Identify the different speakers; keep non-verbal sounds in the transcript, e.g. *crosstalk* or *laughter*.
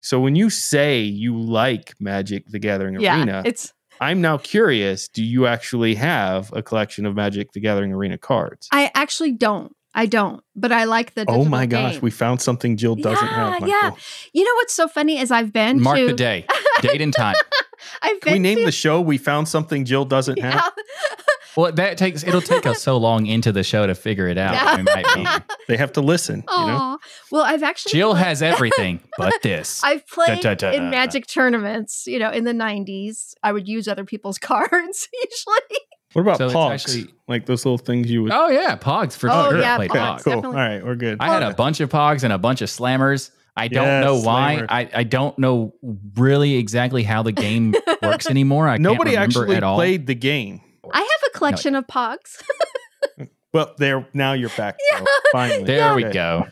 Speaker 1: So when you say you like Magic the Gathering
Speaker 2: yeah,
Speaker 1: Arena,
Speaker 2: it's
Speaker 1: I'm now curious, do you actually have a collection of Magic the Gathering Arena cards?
Speaker 2: I actually don't. I don't, but I like the.
Speaker 1: oh my
Speaker 2: digital
Speaker 1: gosh,
Speaker 2: game.
Speaker 1: we found something Jill doesn't have.
Speaker 2: Yeah,
Speaker 1: Michael.
Speaker 2: yeah. You know what's so funny is I've been
Speaker 3: Mark
Speaker 2: to
Speaker 3: the day, date
Speaker 2: *laughs*
Speaker 3: and time.
Speaker 2: I've
Speaker 1: Can we
Speaker 2: been
Speaker 1: name
Speaker 2: to, *laughs*
Speaker 1: the show We Found Something Jill Doesn't Have?
Speaker 2: yeah,
Speaker 3: Well, that takes it'll take us so long into the show to figure it out.
Speaker 2: Yeah.
Speaker 3: We might be-
Speaker 1: They have to listen, you know?
Speaker 2: aw. Well, I've actually
Speaker 3: Jill
Speaker 2: played-
Speaker 3: has everything but this.
Speaker 2: I've played
Speaker 3: da, da, da.
Speaker 2: in magic tournaments, you know, in the 90s. I would use other people's *laughs* cards usually.
Speaker 1: What about
Speaker 3: So it's
Speaker 1: Pogs?
Speaker 3: actually-
Speaker 1: like those little things you would.
Speaker 3: oh yeah, Pogs for
Speaker 2: Oh,
Speaker 3: sure.
Speaker 2: yeah,
Speaker 3: I played
Speaker 1: okay,
Speaker 2: Pogs,
Speaker 1: cool.
Speaker 2: definitely.
Speaker 1: All right, we're good.
Speaker 3: I had a bunch of Pogs and a bunch of Slammers. I don't
Speaker 1: Yeah,
Speaker 3: know why.
Speaker 1: Slammer.
Speaker 3: I, I don't know really exactly how
Speaker 2: *laughs*
Speaker 3: the game works anymore. I
Speaker 1: Nobody
Speaker 3: can't remember
Speaker 1: actually
Speaker 3: at all.
Speaker 1: played the game.
Speaker 2: I have a collection of pogs.
Speaker 1: Well, there now you're back.
Speaker 2: Yeah. *laughs*
Speaker 1: Though, finally.
Speaker 3: There we
Speaker 1: Okay.
Speaker 3: go.